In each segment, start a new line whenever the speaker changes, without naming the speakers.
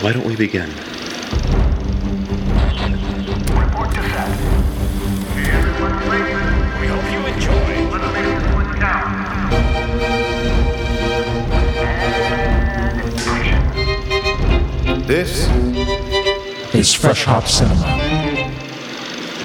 Why don't we begin?
Report to set. Hey, everyone, please. We hope you enjoy. Let's make this one count. And action.
This
It's Fresh Hop Cinema.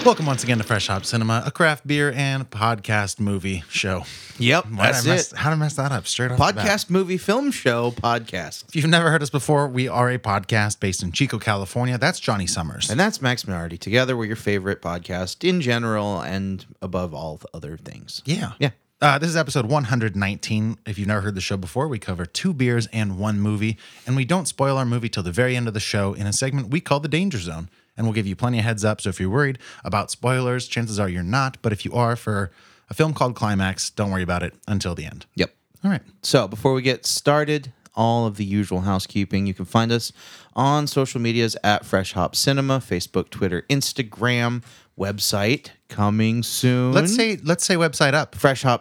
Welcome once again to Fresh Hop Cinema, a craft beer and podcast movie show.
Yep,
Why did
that's
I mess,
it.
How to mess that up straight off the bat.
Podcast, movie, film show, podcast,
If you've never heard us before, we are a podcast based in Chico, California. That's Johnny Summers.
and that's Max Minardi. Together, we're your favorite podcast in general and above all the other things.
yeah,
yeah.
Uh, this is episode 119. If you've never heard the show before, we cover two beers and one movie, and we don't spoil our movie till the very end of the show in a segment we call the Danger Zone. And we'll give you plenty of heads up. So if you're worried about spoilers, chances are you're not. But if you are for a film called Climax, don't worry about it until the end.
Yep.
All right.
So before we get started, all of the usual housekeeping. You can find us on social medias at Fresh Hop Cinema, Facebook, Twitter, Instagram, website coming soon.
Let's say let's say website up.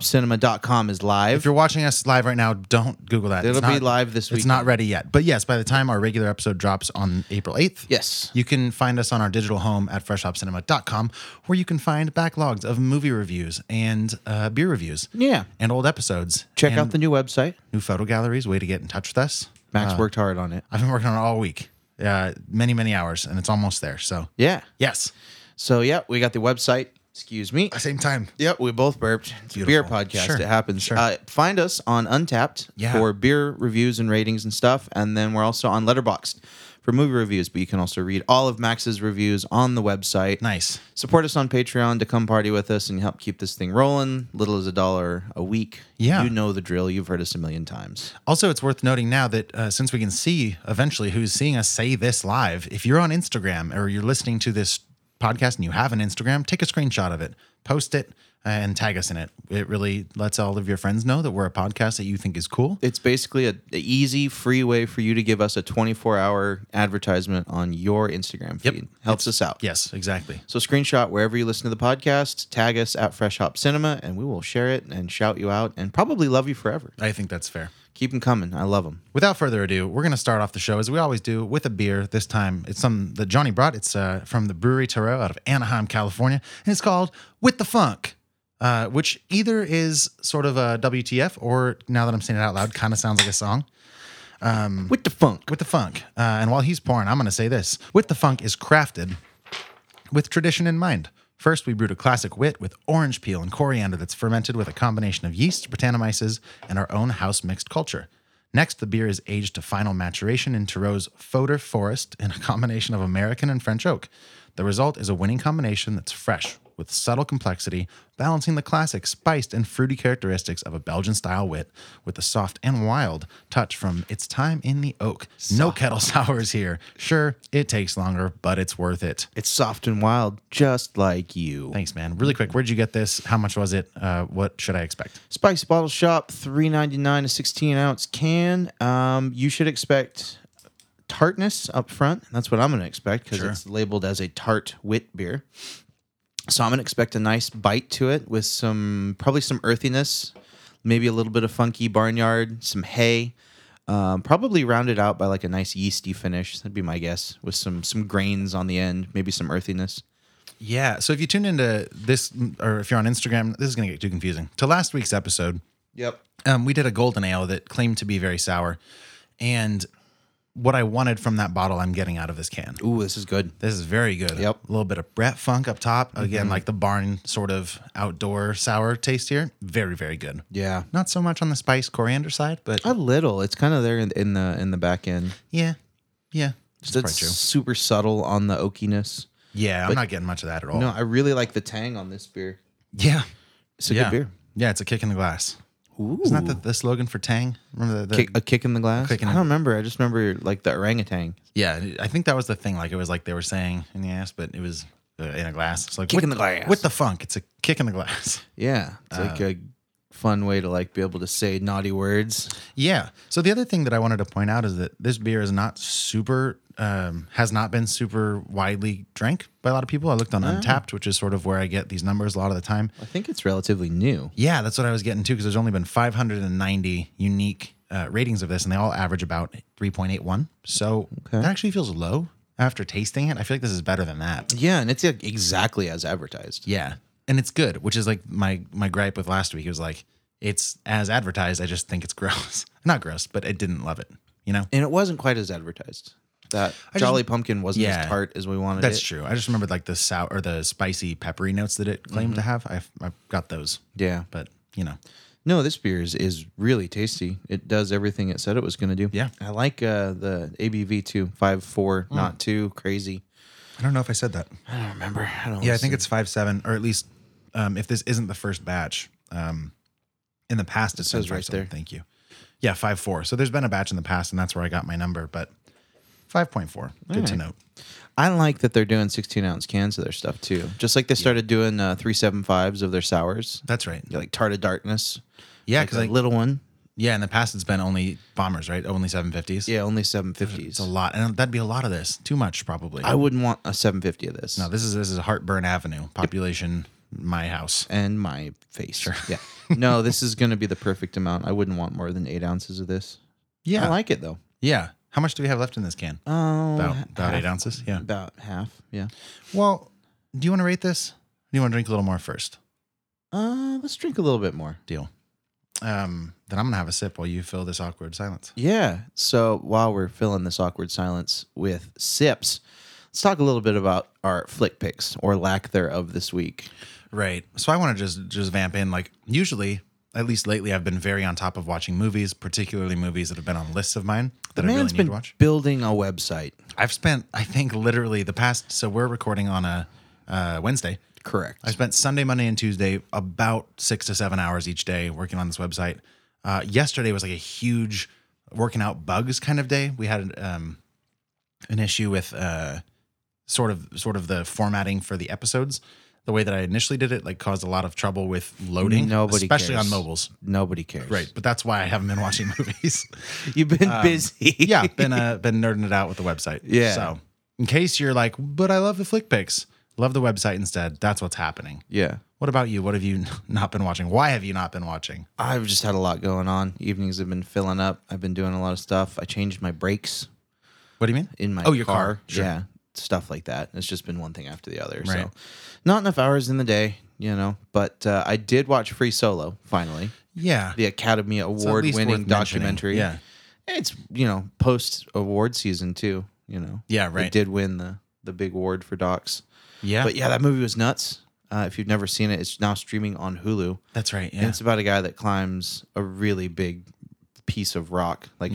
freshhopcinema.com is
If
live.
you're watching us live right now, don't Google that.
It'll be live this
It's not
weekend.
ready yet. But yes, by the time our regular episode drops on April 8th,
Yes.
you can find us on our digital home at freshhopcinema.com where you can find backlogs of movie reviews and uh, beer reviews.
Yeah.
And old episodes.
Check
And
out the new website.
new photo galleries, way to get in touch with us.
Max worked hard on it.
I've been working on it all week. Uh, many, many hours, and it's almost there. So
Yeah.
yes.
So yeah, we got the website. Excuse me.
Same time.
Yep, we both burped. It's a beer
Beautiful.
podcast.
Sure,
It happens.
sure.
Uh, find us on Untapped
Yeah.
for beer reviews and ratings and stuff, and then we're also on Letterboxd for movie reviews. But you can also read all of Max's reviews on the website.
Nice.
Support us on Patreon to come party with us and help keep this thing rolling. Little as a dollar a week.
Yeah.
you know the drill. You've heard us a million times.
Also, it's worth noting now that uh, since we can see eventually who's seeing us say this live, if you're on Instagram or you're listening to this podcast and you have an Instagram, take a screenshot of it, post it, uh, and tag us in it. It really lets all of your friends know that we're a podcast that you think is cool.
It's basically a, a easy, free way for you to give us a 24 hour advertisement on your Instagram feed.
Yep.
Helps us out.
Yes, exactly.
So screenshot wherever you listen to the podcast, tag us at Fresh Hop Cinema, and we will share it and shout you out and probably love you forever.
I think that's fair.
Keep them coming. I love them.
Without further ado, we're going to start off the show as we always do with a beer. This time, it's some that Johnny brought. It's uh, from the Brewery Tarot out of Anaheim, California, and it's called With the Funk, uh, which either is sort of a WTF or, now that I'm saying it out loud, kind of sounds like a song. Um,
With the funk.
With the Funk. Uh, and while he's pouring, I'm going to say this With the Funk is crafted with tradition in mind. First, we brewed a classic wit with orange peel and coriander that's fermented with a combination of yeast, Britannomyces, and our own house mixed culture. Next, the beer is aged to final maturation in Tyrol's Fodor Forest in a combination of American and French oak. The result is a winning combination that's fresh, with subtle complexity, balancing the classic, spiced, and fruity characteristics of a Belgian style wit with a soft and wild touch from its time in the oak. No kettle sours here. Sure, it takes longer, but it's worth it.
It's soft and wild, just like you.
Thanks, man. Really quick, where'd you get this? How much was it? Uh, what should I expect?
Spicy Bottle Shop, three ninety nine a sixteen ounce can. Um, you should expect tartness up front. That's what I'm going to expect because it's labeled as a tart wit beer. So I'm going to expect a nice bite to it with some probably some earthiness, maybe a little bit of funky barnyard, some hay. Um, probably rounded out by like a nice yeasty finish. That'd be my guess. With some some grains on the end, maybe some earthiness.
Yeah. So if you tuned into this, or if you're on Instagram, this is going to get too confusing. To last week's episode,
Yep.
um, we did a golden ale that claimed to be very sour. And what I wanted from that bottle, I'm getting out of this can.
Ooh, this is good.
This is very good.
Yep.
A little bit of Brett Funk up top. Again, like the barn sort of outdoor sour taste here. Very, very good.
Yeah.
Not so much on the spice coriander side, but
A little. It's kind of there in, in the in the back end.
yeah. Yeah. That's
That's
probably true.
super subtle on the oakiness.
Yeah. I'm not getting much of that at all.
No, I really like the tang on this beer.
Yeah.
It's a
yeah.
good beer.
Yeah, it's a kick in the glass.
Ooh.
Isn't that the, the slogan for Tang? Remember the, the
kick, a kick in the glass?
Kick in
I
the-
don't remember. I just remember like the orangutan.
yeah? I think that was the thing. Like it was like they were saying in the ass, but it was uh, in a glass. It's like
Kick
with-
in the glass.
with the funk. It's a kick in the glass.
Yeah, it's like
Ah.
a fun way to like be able to say naughty words.
Yeah. So the other thing that I wanted to point out is that this beer is not super, um, has not been super widely drank by a lot of people. I
Oh.
looked on Untapped, which is sort of where I get these numbers a lot of the time.
I think it's relatively new.
Yeah, that's what I was getting to because there's only been 590 unique uh, ratings of this, and they all average about 3.81. So that actually feels low after tasting it. I feel like this is better than that.
Yeah, and it's like, exactly as advertised.
Yeah, and it's good, which is like my my gripe with last week. It was like it's as advertised. I just think it's gross. Not gross, but I didn't love it. You know,
And it wasn't quite as advertised. That
just-
Jolly Pumpkin wasn't
Yeah.
as tart as we wanted
that's
it.
true. I just remembered like the sour or the spicy peppery notes that it claimed to have. I've, I've got those,
Yeah.
but you know,
No, this beer is, is really tasty. It does everything it said it was going to do.
Yeah. Mm.
I like uh, the ABV too. Five four, not too crazy.
I don't know if I said that.
I don't remember. I don't
Yeah, I think it's five seven, or at least um, if this isn't the first batch, um, in the past it,
says
says right
right there.
Thank you. Yeah, five four. So there's been a batch in the past, and that's where I got my number. But five point four. Good to note.
I like that they're doing 16 ounce cans of their stuff too. Just like they started doing uh, 375s of their sours,
That's right.
like Tart of Darkness.
Yeah,
Like
because
the little one.
yeah, in the past it's been only bombers, right? Only seven fifties.
Yeah, only
it's a
750s.
lot, and that'd be a lot of this. Too much, probably.
I wouldn't want a 750 of this.
no, this is this is Heartburn Avenue population. My house.
and my face. Yeah. No, this is going to be the perfect amount. I wouldn't want more than eight ounces of this.
Yeah,
I like it though.
yeah. How much do we have left in this can?
Oh,
about
ha-
about
half-
eight ounces. Yeah.
About half. Yeah.
Well, do you want to rate this? Or Do you want to drink a little more first?
Uh, let's drink a little bit more.
Deal. Um, then I'm gonna have a sip while you fill this awkward silence.
Yeah. So while we're filling this awkward silence with sips, let's talk a little bit about our flick picks or lack thereof this week.
Right. So I want to just just vamp in. Like usually, at least lately, I've been very on top of watching movies, particularly movies that have been on lists of mine that I really
Man's
need
been
to watch.
building a website.
I've spent, I think, literally the past. So we're recording on a uh, Wednesday.
Correct.
I spent Sunday, Monday, and Tuesday about six to seven hours each day working on this website. Uh, yesterday was like a huge working out bugs kind of day. We had um, an issue with uh, sort of sort of the formatting for the episodes. The way that I initially did it like caused a lot of trouble with loading,
Nobody
especially
cares.
on mobiles.
Nobody cares.
Right, but that's why I haven't been watching movies.
You've been busy.
Um, yeah, been uh, been nerding it out with the website.
Yeah.
So in case you're like, but I love the flick pics, love the website instead. That's what's happening.
Yeah.
What about you? What have you not been watching? Why have you not been watching?
I've just had a lot going on. Evenings have been filling up. I've been doing a lot of stuff. I changed my brakes
What do you mean?
in my
Oh, your
car.
car. Sure.
Yeah, stuff like that. It's just been one thing after the other.
Right.
So, not enough hours in the day, you know. But uh, I did watch Free Solo finally,
Yeah.
the Academy
It's at
Award
least
winning
worth mentioning.
documentary.
Yeah.
it's you know post award season too. You know.
Yeah, right.
It did win the the big award for docs.
Yeah.
But yeah, that movie was nuts. Uh, if you've never seen it, it's now streaming on Hulu.
That's right.
And
Yeah.
it's about a guy that climbs a really big piece of rock, like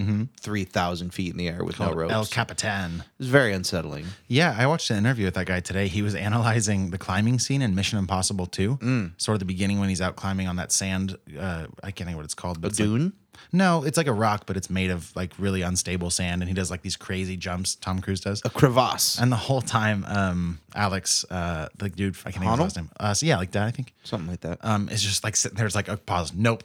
thousand feet in the air with no
Mm-hmm. Called
ropes.
El Capitan.
it's very unsettling.
Yeah, I watched an interview with that guy today. He was analyzing the climbing scene in Mission Impossible 2,
Mm.
sort of the beginning when he's out climbing on that sand. Uh, I can't think what it's called, but it's like-
Dune.
no, it's like a rock, but it's made of like really unstable sand, and he does like these crazy jumps. Tom Cruise does.
a crevasse.
And the whole time, um, Alex, uh, the dude, I can't think of his
Honnold?
last name. Uh, so yeah, like that, I think.
Something like that.
um, is just like sitting there. It's like, oh, pause. Nope.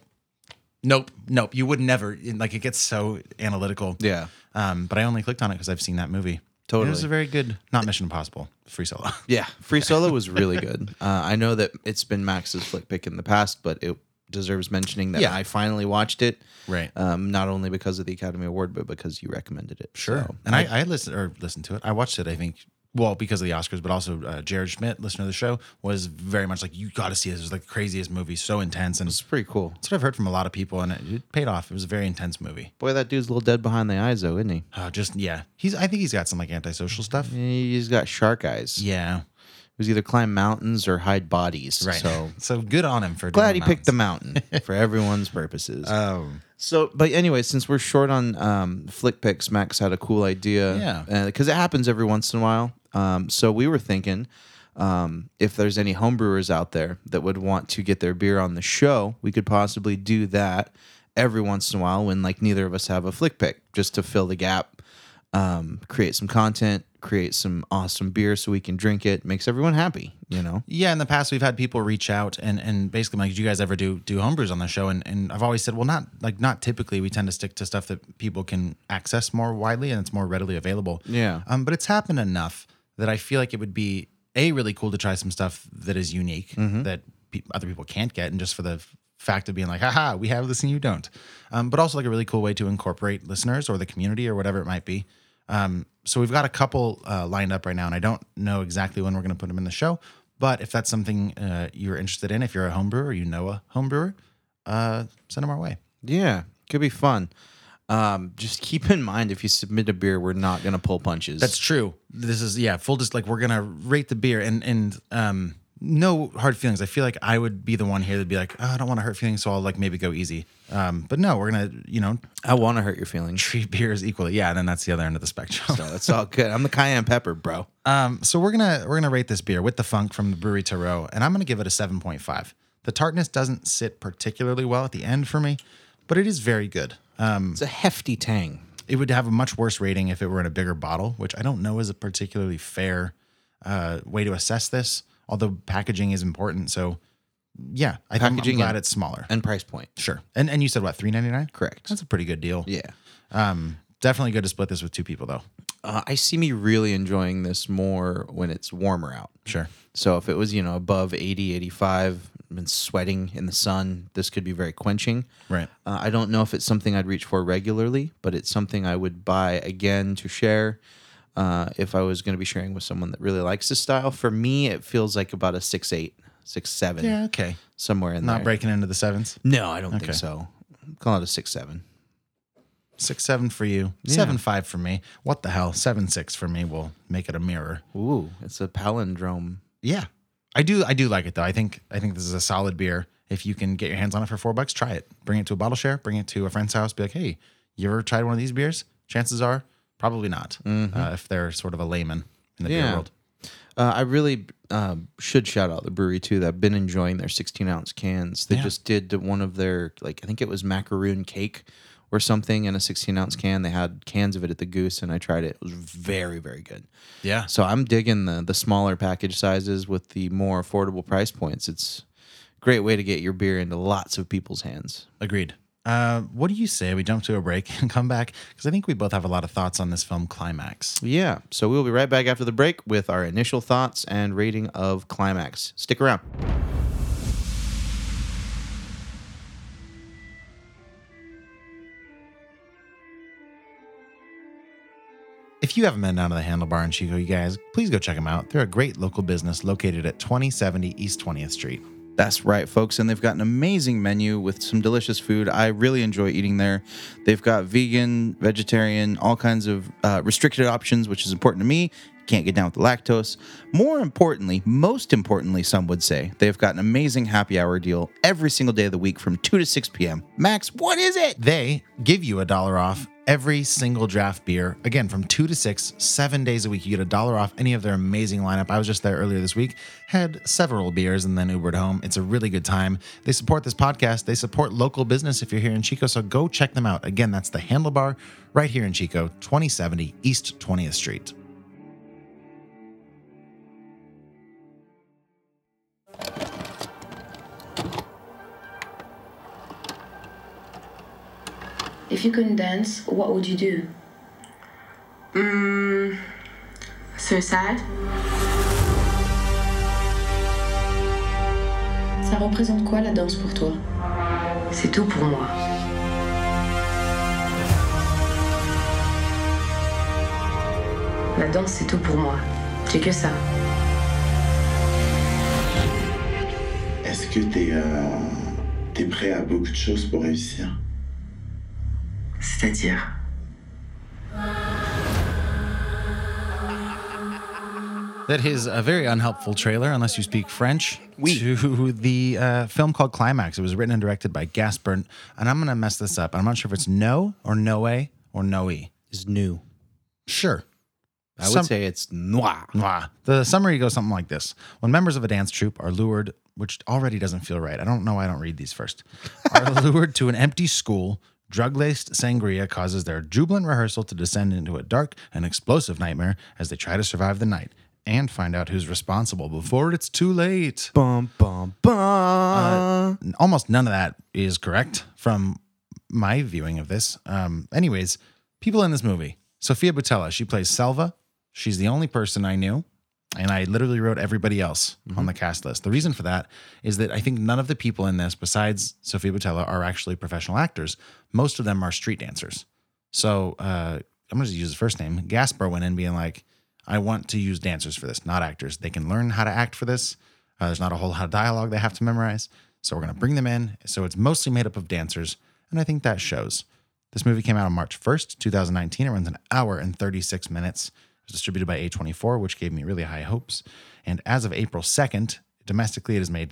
Nope. Nope. You would never. Like, it gets so analytical.
Yeah.
Um, but I only clicked on it because I've seen that movie.
Totally.
It was a very good, not Mission Impossible, Free Solo.
yeah. Free Solo was really good. Uh, I know that it's been Max's flick pick in the past, but it deserves mentioning that
Yeah.
I finally watched it.
Right.
Um, not only because of the Academy Award, but because you recommended it. So,
and I, I listened or listened to it. I watched it. I think. Well, because of the Oscars, but also uh, Jared Schmidt, listener of the show, was very much like, "You got to see this. It was like the craziest movie, so intense." And
it's pretty cool.
that's what I've heard from a lot of people, and it, it paid off. It was a very intense movie.
Boy, that dude's a little dead behind the eyes, though, isn't
Uh, just yeah, he's. I think he's got some like antisocial stuff.
he? He's got shark eyes.
Yeah,
He was either climb mountains or hide bodies.
right.
So
So so good on him for
glad he
doing
picked
that.
the mountain for everyone's purposes.
Um,
So, but anyway, since we're short on um, flick picks, Max had a cool idea.
Yeah.
Because it happens every once in a while. Um, so we were thinking um, if there's any homebrewers out there that would want to get their beer on the show, we could possibly do that every once in a while when like neither of us have a flick pick just to fill the gap, um, create some content, create some awesome beer so we can drink it. Makes everyone happy, you know?
Yeah, in the past we've had people reach out and and basically like, do you guys ever do do homebrews on the show? And and I've always said, well, not like not typically. We tend to stick to stuff that people can access more widely and it's more readily available.
Yeah.
Um, but it's happened enough that I feel like it would be a really cool to try some stuff that is unique that pe- other people can't get, and just for the f- fact of being like, haha, we have this and you don't. Um, but also like a really cool way to incorporate listeners or the community or whatever it might be. Um, so we've got a couple uh, lined up right now, and I don't know exactly when we're going to put them in the show. But if that's something uh, you're interested in, if you're a home brewer, or you know a home brewer, uh, send them our way.
Yeah, could be fun. Um, just keep in mind if you submit a beer, we're not gonna pull punches.
That's true. This is yeah, full just like we're gonna rate the beer and and um no hard feelings. I feel like I would be the one here that'd be like, oh, I don't want to hurt feelings, so I'll like maybe go easy. Um, but no, we're gonna you know
I want to hurt your feelings.
treat beers equally. Yeah, and then that's the other end of the spectrum.
No, that's all good. I'm the cayenne pepper, bro.
Um, so we're gonna we're gonna rate this beer with the funk from the brewery Tarot, and I'm gonna give it a 7.5. The tartness doesn't sit particularly well at the end for me, but it is very good. Uh,
It's a hefty tang.
it would have a much worse rating if it were in a bigger bottle, which I don't know is a particularly fair uh, way to assess this. Although packaging is important, so yeah, I think I'm
Packaging
glad
and-
it's smaller.
And price point.
sure, and and you said what three ninety nine?
Correct.
That's a pretty good deal.
Yeah.
Um, definitely good to split this with two people though.
Uh, I see me really enjoying this more when it's warmer out.
Sure.
So if it was, you know, above 80, 85, I've been sweating in the sun, this could be very quenching.
Right.
Uh, I don't know if it's something I'd reach for regularly, but it's something I would buy again to share uh, if I was going to be sharing with someone that really likes this style. For me, it feels like about a six eight, six seven,
Yeah. Okay.
somewhere in
Not
there.
breaking into the sevens.
No, I don't think
Okay.
so. Call it a six seven.
Six seven for you. Seven five for me. What the hell? Seven six for me. We'll make it a mirror.
Ooh, it's a palindrome.
Yeah. I do I do like it though. I think I think this is a solid beer. If you can get your hands on it for four bucks, try it. Bring it to a bottle share, bring it to a friend's house, be like, hey, you ever tried one of these beers? Chances are probably not. Uh, if they're sort of a layman in the
Yeah.
beer world.
Uh, I really uh, should shout out the brewery too. That I've been enjoying their 16 ounce cans. They just did one of their like I think it was macaroon cake or something in a 16 ounce can. They had cans of it at the Goose, and I tried it. It was very very good.
Yeah.
So I'm digging the the smaller package sizes with the more affordable price points. It's a great way to get your beer into lots of people's hands.
Agreed. Uh, what do you say we jump to a break and come back? Because I think we both have a lot of thoughts on this film climax.
Yeah. So we'll be right back after the break with our initial thoughts and rating of Climax. Stick around.
If you haven't been down to the Handlebar in Chico, you guys, please go check them out. They're a great local business located at 2070 East 20th Street.
That's right, folks. And they've got an amazing menu with some delicious food. I really enjoy eating there. They've got vegan, vegetarian, all kinds of uh, restricted options, which is important to me. Can't get down with the lactose. More importantly, most importantly, some would say, they've got an amazing happy hour deal every single day of the week from 2 to 6 p.m. Max, what is it?
They give you a dollar off every single draft beer. Again, from two to six, seven days a week, you get a dollar off any of their amazing lineup. I was just there earlier this week, had several beers, and then Ubered home. It's a really good time. They support this podcast. They support local business if you're here in Chico. So go check them out. Again, that's the Handlebar right here in Chico, 2070 East 20th Street.
If you couldn't dance, what would you do?
Hmm, Suicide?
Ça représente quoi la danse pour toi
C'est tout pour moi. La danse, c'est tout pour moi. J'ai que ça.
Est-ce que t'es euh, t'es prêt à beaucoup de choses pour réussir
C'est-à-dire.
That is a very unhelpful trailer, unless you speak French, to the uh, film called Climax. It was written and directed by Gaspar, and I'm going to mess this up. I'm not sure if it's No or Noe or Noe.
It's new.
Sure.
I would
Some-
say it's noir.
Mwah. The summary goes something like this When members of a dance troupe are lured, which already doesn't feel right. I don't know why I don't read these first. Are lured to an empty school. Drug laced sangria causes their jubilant rehearsal to descend into a dark and explosive nightmare as they try to survive the night and find out who's responsible before it's too late. Uh,
Bum, bum, bum.
almost none of that is correct from my viewing of this. Um, anyways, people in this movie, Sophia Butella, she plays Selva. She's the only person I knew And I literally wrote everybody else on the cast list. The reason for that is that I think none of the people in this, besides Sophia Butella, are actually professional actors. Most of them are street dancers. So uh, I'm going to use his first name. Gaspar went in being like, I want to use dancers for this, not actors. They can learn how to act for this. Uh, there's not a whole lot of dialogue they have to memorize. So we're going to bring them in. So it's mostly made up of dancers. And I think that shows. This movie came out on March 1st, 2019. It runs an hour and 36 minutes. It was distributed by A24, which gave me really high hopes. And as of April 2nd, domestically, it has made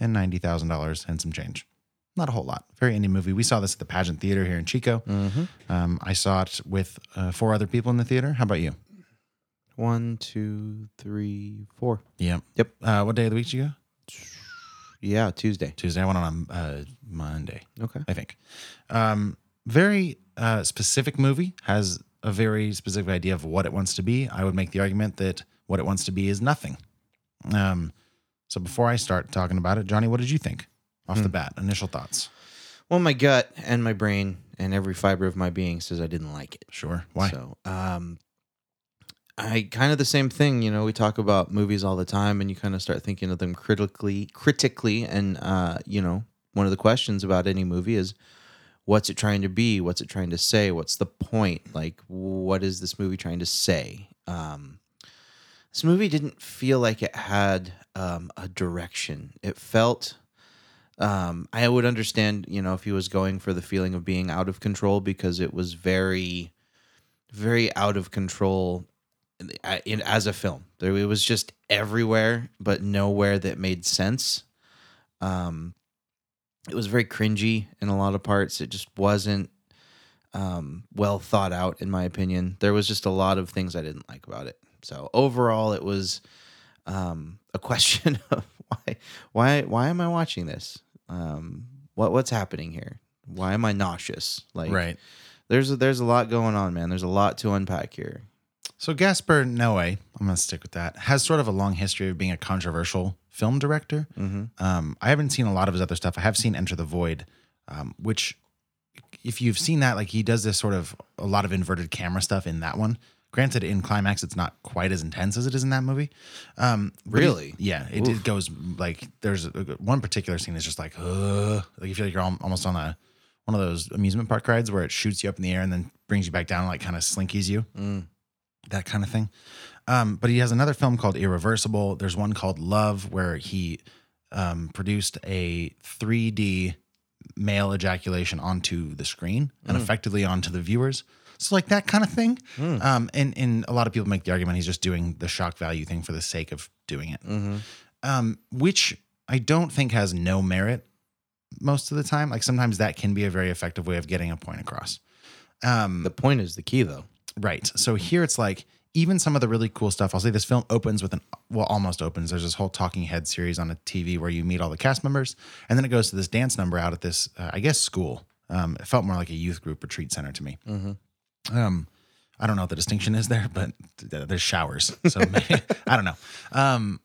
$790,000 and some change. Not a whole lot. Very indie movie. We saw this at the Pageant Theater here in Chico. Um, I saw it with uh, four other people in the theater. How about you?
One, two, three, four.
Yep.
Yep.
Uh, what day of the week did you go?
Yeah, Tuesday.
Tuesday. I went on uh, Monday.
Okay.
I think. Um, very uh, specific movie has a very specific idea of what it wants to be. I would make the argument that what it wants to be is nothing. Um, so before I start talking about it, Johnny, what did you think off the bat? Initial thoughts.
Well, my gut and my brain and every fiber of my being says I didn't like it.
Sure. Why?
So, um, I kind of the same thing. You know, we talk about movies all the time, and you kind of start thinking of them critically, critically, and uh, you know, one of the questions about any movie is, what's it trying to be? What's it trying to say? What's the point? Like, what is this movie trying to say? Um, this movie didn't feel like it had um, a direction. It felt um, I would understand, you know, if he was going for the feeling of being out of control because it was very, very out of control I- in, as a film. There, it was just everywhere, but nowhere that made sense. Um, it was very cringy in a lot of parts. It just wasn't um, well thought out, in my opinion. There was just a lot of things I didn't like about it. So overall, it was um, a question of why, why, why am I watching this? Um, what, what's happening here? Why am I nauseous? Like,
Right.
There's a, there's a lot going on, man. There's a lot to unpack here.
So Gaspar Noé, I'm going to stick with that, has sort of a long history of being a controversial film director.
Mm-hmm.
Um, I haven't seen a lot of his other stuff. I have seen Enter the Void, um, which, if you've seen that, like he does this sort of a lot of inverted camera stuff in that one. Granted, in climax, it's not quite as intense as it is in that movie. Um, but he-
Really?
yeah, it, it goes like there's a- one particular scene is just like, uh, like you feel like you're al- almost on a one of those amusement park rides where it shoots you up in the air and then brings you back down, and, like kind of slinkies you
Mm.
that kind of thing. Um, but he has another film called Irreversible. There's one called Love, where he um, produced a 3D male ejaculation onto the screen and effectively onto the viewers. So like that kind of thing. Um, and and a lot of people make the argument he's just doing the shock value thing for the sake of doing it, um, which I don't think has no merit most of the time. Like sometimes that can be a very effective way of getting a point across.
The point is the key, though.
Right. So here it's like even some of the really cool stuff. I'll say this film opens with an well, almost opens. There's this whole talking head series on a TV where you meet all the cast members, and then it goes to this dance number out at this, uh, I guess, school. Um, it felt more like a youth group retreat center to me. Um, I don't know what the distinction is there, but th- there's showers, so maybe, I don't know. Um,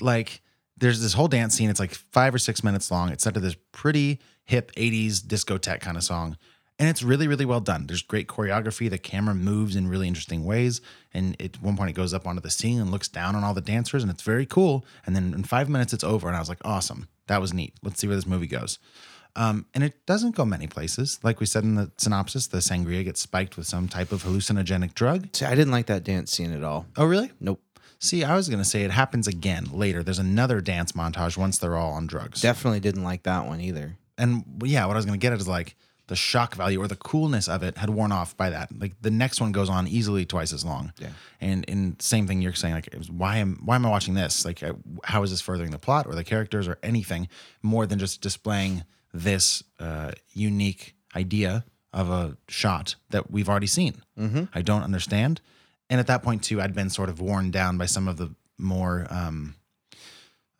like there's this whole dance scene. It's like five or six minutes long. It's set to this pretty hip '80s discotheque kind of song, and it's really, really well done. There's great choreography. The camera moves in really interesting ways, and at one point it goes up onto the scene and looks down on all the dancers, and it's very cool. And then in five minutes it's over, and I was like, awesome, that was neat. Let's see where this movie goes. Um, and it doesn't go many places. Like we said in the synopsis, the sangria gets spiked with some type of hallucinogenic drug.
See, I didn't like that dance scene at all.
Oh, really?
Nope.
See, I was going to say it happens again later. There's another dance montage once they're all on drugs.
Definitely didn't like that one either.
and yeah, what I was going to get at is like the shock value or the coolness of it had worn off by that. Like the next one goes on easily twice as long.
Yeah.
And and same thing you're saying like it was, why am why am I watching this? Like uh, how is this furthering the plot or the characters or anything more than just displaying this uh, unique idea of a shot that we've already seen. I don't understand. And at that point too, I'd been sort of worn down by some of the more um,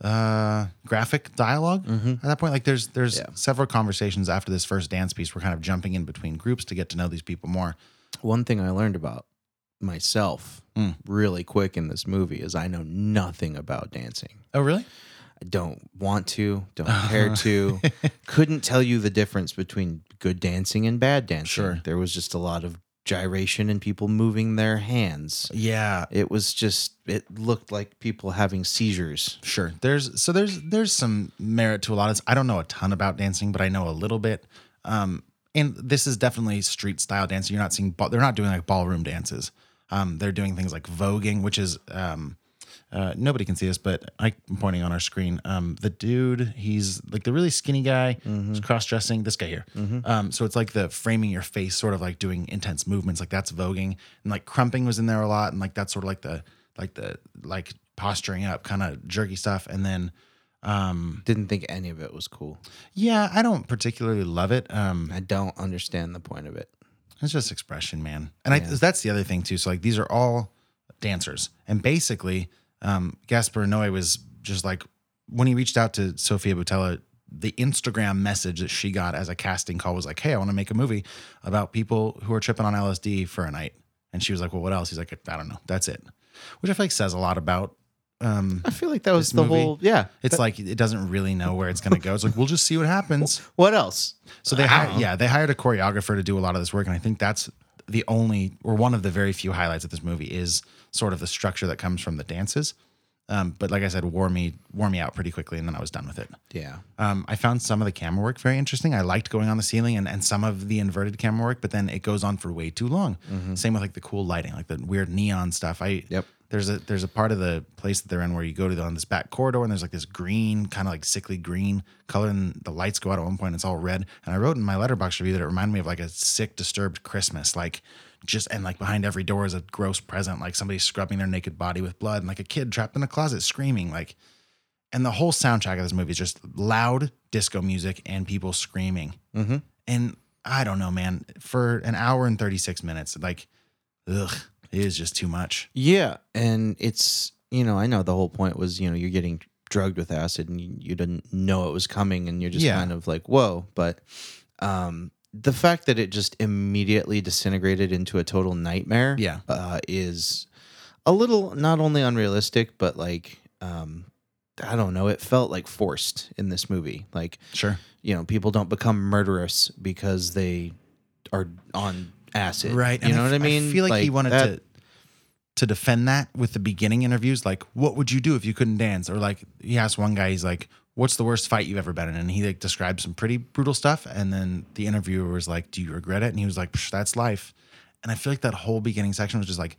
uh graphic dialog at that point like there's there's several conversations after this first dance piece we're kind of jumping in between groups to get to know these people more
One thing I learned about myself really quick in this movie is I know nothing about dancing.
oh really
I don't want to, don't care to. Couldn't tell you the difference between good dancing and bad dancing.
Sure.
There was just a lot of gyration and people moving their hands.
Yeah,
It was just it looked like people having seizures.
sure. There's so there's there's some merit to a lot of this. I don't know a ton about dancing, but I know a little bit. Um, and this is definitely street style dancing. You're not seeing ball, they're not doing like ballroom dances. Um, they're doing things like voguing, which is um, uh, nobody can see this, but I'm pointing on our screen. Um, the dude, he's like the really skinny guy, who's cross dressing. This guy here. Um, so it's like the framing your face, sort of like doing intense movements, like that's voguing, and like crumping was in there a lot, and like that's sort of like the like the like posturing up, kind of jerky stuff, and then. Um,
Didn't think any of it was cool.
yeah, I don't particularly love it. Um,
I don't understand the point of it.
it's just expression, man. And I, that's the other thing too. So like these are all dancers, and basically, um, Gaspar Noé was just like when he reached out to Sofia Boutella, the Instagram message that she got as a casting call was like, "Hey, I want to make a movie about people who are tripping on LSD for a night." And she was like, "Well, what else?" He's like, "I don't know. That's it," which I feel like says a lot about. Um,
I feel like that was
This
the
movie-
whole yeah.
it's like it doesn't really know where it's gonna go. It's like we'll just see what happens.
What else?
So they hired, yeah, they hired a choreographer to do a lot of this work, and I think that's the only or one of the very few highlights of this movie is sort of the structure that comes from the dances. Um, but like I said, wore me wore me out pretty quickly, and then I was done with it.
Yeah.
Um, I found some of the camera work very interesting. I liked going on the ceiling and, and some of the inverted camera work, but then it goes on for way too long. Same with like the cool lighting, like the weird neon stuff. I
Yep.
There's a there's a part of the place that they're in where you go to the, on this back corridor and there's like this green kind of like sickly green color and the lights go out at one point. It's all red. And I wrote in my letterbox review that it reminded me of like a sick disturbed Christmas, like just and like behind every door is a gross present, like somebody scrubbing their naked body with blood and like a kid trapped in a closet screaming like and the whole soundtrack of this movie is just loud disco music and people screaming.
Mm-hmm.
And I don't know, man, for an hour and 36 minutes, like, ugh, it is just too much.
Yeah, and it's you know I know the whole point was you know you're getting drugged with acid and you, you didn't know it was coming and you're just
Yeah.
kind of like whoa, but um, the fact that it just immediately disintegrated into a total nightmare,
Yeah.
uh, is a little not only unrealistic but like um, I don't know, it felt like forced in this movie, like
Sure.
you know people don't become murderous because they are on acid
Right.
you
and
know what i
f-
mean
I feel like, he wanted
that-
to to defend that with the beginning interviews, like, what would you do if you couldn't dance? Or like he asked one guy, he's like, What's the worst fight you've ever been in? And he like described some pretty brutal stuff. And then the interviewer was like, Do you regret it? And he was like, "Psh, That's life. And I feel like that whole beginning section was just like,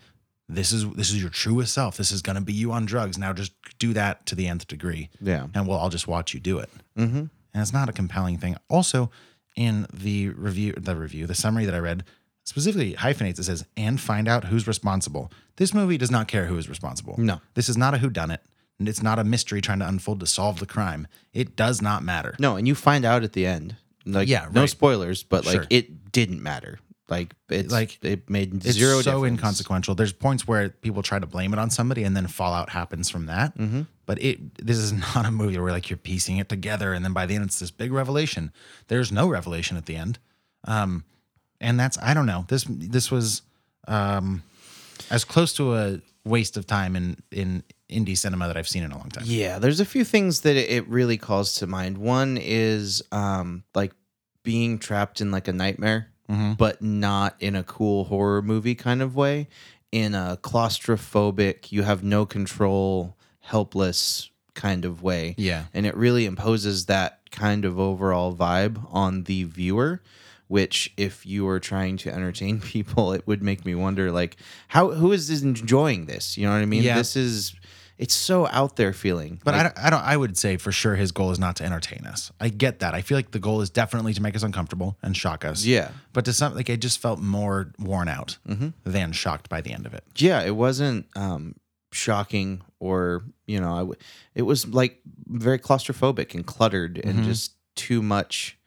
This is this is your truest self. This is gonna be you on drugs. Now just do that to the nth degree.
Yeah. Mm-hmm.
And we'll all just watch you do it and it's not a compelling thing. Also, in the review, the review, the summary that I read specifically hyphenates it says, "and find out who's responsible." This movie does not care who is responsible.
No.
this is not a whodunit, and it's not a mystery trying to unfold to solve the crime. It does not matter.
No, and you find out at the end. Like
Yeah,
no
right.
spoilers, but like
Sure.
it didn't matter. Like it's
Like,
like it made
It's
zero
so
difference.
inconsequential. There's points where people try to blame it on somebody, and then fallout happens from that.
Mm-hmm.
But it this is not a movie where like you're piecing it together, and then by the end it's this big revelation. There's no revelation at the end, um, and that's I don't know. This this was um, as close to a waste of time in in indie cinema that I've seen in a long time.
Yeah, there's a few things that it- it really calls to mind. One is um like being trapped in like a nightmare,
Mm-hmm.
but not in a cool horror movie kind of way. In a claustrophobic, you have no control, helpless kind of way.
Yeah.
and it really imposes that kind of overall vibe on the viewer which if you were trying to entertain people it would make me wonder like how who is this enjoying this you know what i mean
Yeah.
this is it's so out there feeling
But
Like,
I, don't, I don't. I would say for sure his goal is not to entertain us. I get that. I feel like the goal is definitely to make us uncomfortable and shock us.
Yeah.
But to some, like I just felt more worn out than shocked by the end of it.
yeah it wasn't um shocking or you know I w- it was like very claustrophobic and cluttered and
Mm-hmm.
just too much